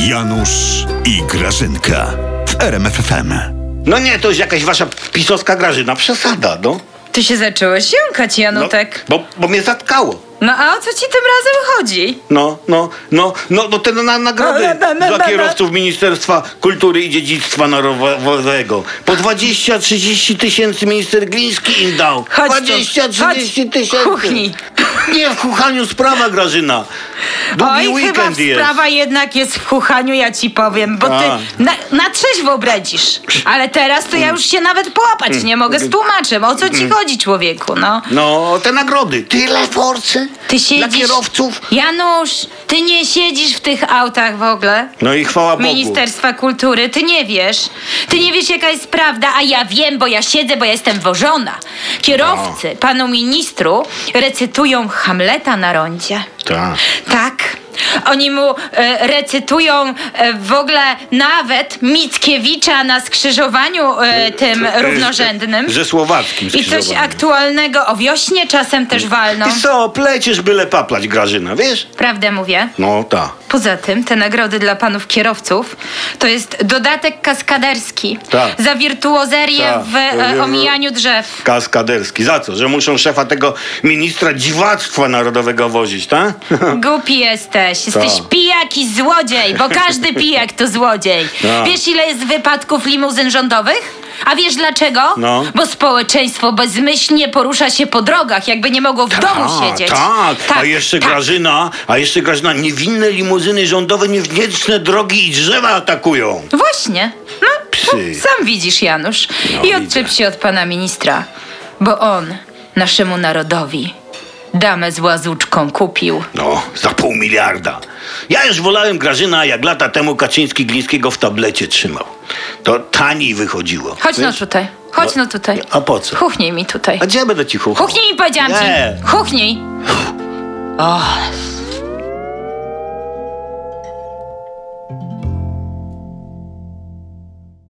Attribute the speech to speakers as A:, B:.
A: Janusz i Grażynka w RMFFM.
B: No nie, to jest jakaś wasza pisowska Grażyna przesada, no.
C: Ty się zacząłeś jąkać,
B: no
C: Janutek.
B: bo, bo mnie zatkało.
C: No a o co ci tym razem chodzi?
B: No, no, no, no, no te na, nagrody
C: No, no, no, no,
B: dla
C: no.
B: kierowców Ministerstwa Kultury i Dziedzictwa Narodowego. Po 20-30 tysięcy minister Gliński im dał.
C: Chodź tu,
B: 20-30
C: chodź,
B: tysięcy.
C: kuchni.
B: Nie, w kuchaniu sprawa, Grażyna. Długi
C: Oj, chyba
B: weekend jest.
C: sprawa jednak jest w chuchaniu, ja ci powiem, bo ty
B: A.
C: na, na trzeźwo bredzisz. Ale teraz to ja już się nawet połapać nie mogę z tłumaczem. O co ci chodzi, człowieku, no?
B: No, te nagrody. Tyle forsy
C: Ty siedzisz...
B: dla kierowców.
C: Janusz, ty nie siedzisz w tych autach w ogóle.
B: No i chwała Bogu.
C: Ministerstwa Kultury, ty nie wiesz. Ty nie wiesz, jaka jest prawda, a ja wiem, bo ja siedzę, bo ja jestem wożona. Kierowcy
B: No.
C: panu ministru recytują Hamleta na rondzie.
B: Tak.
C: Tak. Oni mu e, recytują e, w ogóle nawet Mickiewicza na skrzyżowaniu e, tym równorzędnym.
B: Ze słowackim
C: I coś no.
B: skrzyżowanym.
C: aktualnego o wiośnie czasem też walną.
B: I co, pleciesz byle paplać, Grażyna, wiesz?
C: Prawdę mówię.
B: No ta.
C: Poza tym te nagrody dla panów kierowców to jest dodatek kaskaderski
B: Tak.
C: za wirtuozerię
B: Tak.
C: w e, omijaniu drzew.
B: Kaskaderski. Za co? Że muszą szefa tego ministra dziwactwa narodowego wozić, tak?
C: Głupi jesteś, jesteś
B: Tak.
C: pijak i złodziej, bo każdy pijak to złodziej.
B: Tak.
C: Wiesz ile jest wypadków limuzyn rządowych? A wiesz dlaczego?
B: No.
C: Bo społeczeństwo bezmyślnie porusza się po drogach, jakby nie mogło w domu
B: A,
C: siedzieć.
B: Tak,
C: tak,
B: a jeszcze
C: tak.
B: Grażyna, a jeszcze Grażyna, niewinne limuzyny rządowe niewdzięczne drogi i drzewa atakują.
C: Właśnie. No,
B: Psy.
C: no, sam widzisz, Janusz.
B: No,
C: I odczep
B: widzę.
C: się od pana ministra, bo on naszemu narodowi damę z łazuczką kupił.
B: No, za pół miliarda. Ja już wolałem Grażyna, jak lata temu Kaczyński Glińskiego w tablecie trzymał. To taniej wychodziło.
C: Chodź no
B: Wiesz?
C: tutaj, chodź
B: No,
C: no tutaj.
B: a po co?
C: Huchnij mi tutaj.
B: A gdzie ja będę ci chuchał?
C: Huchnij, powiedziałam
B: Nie.
C: ci. Huchnij. O,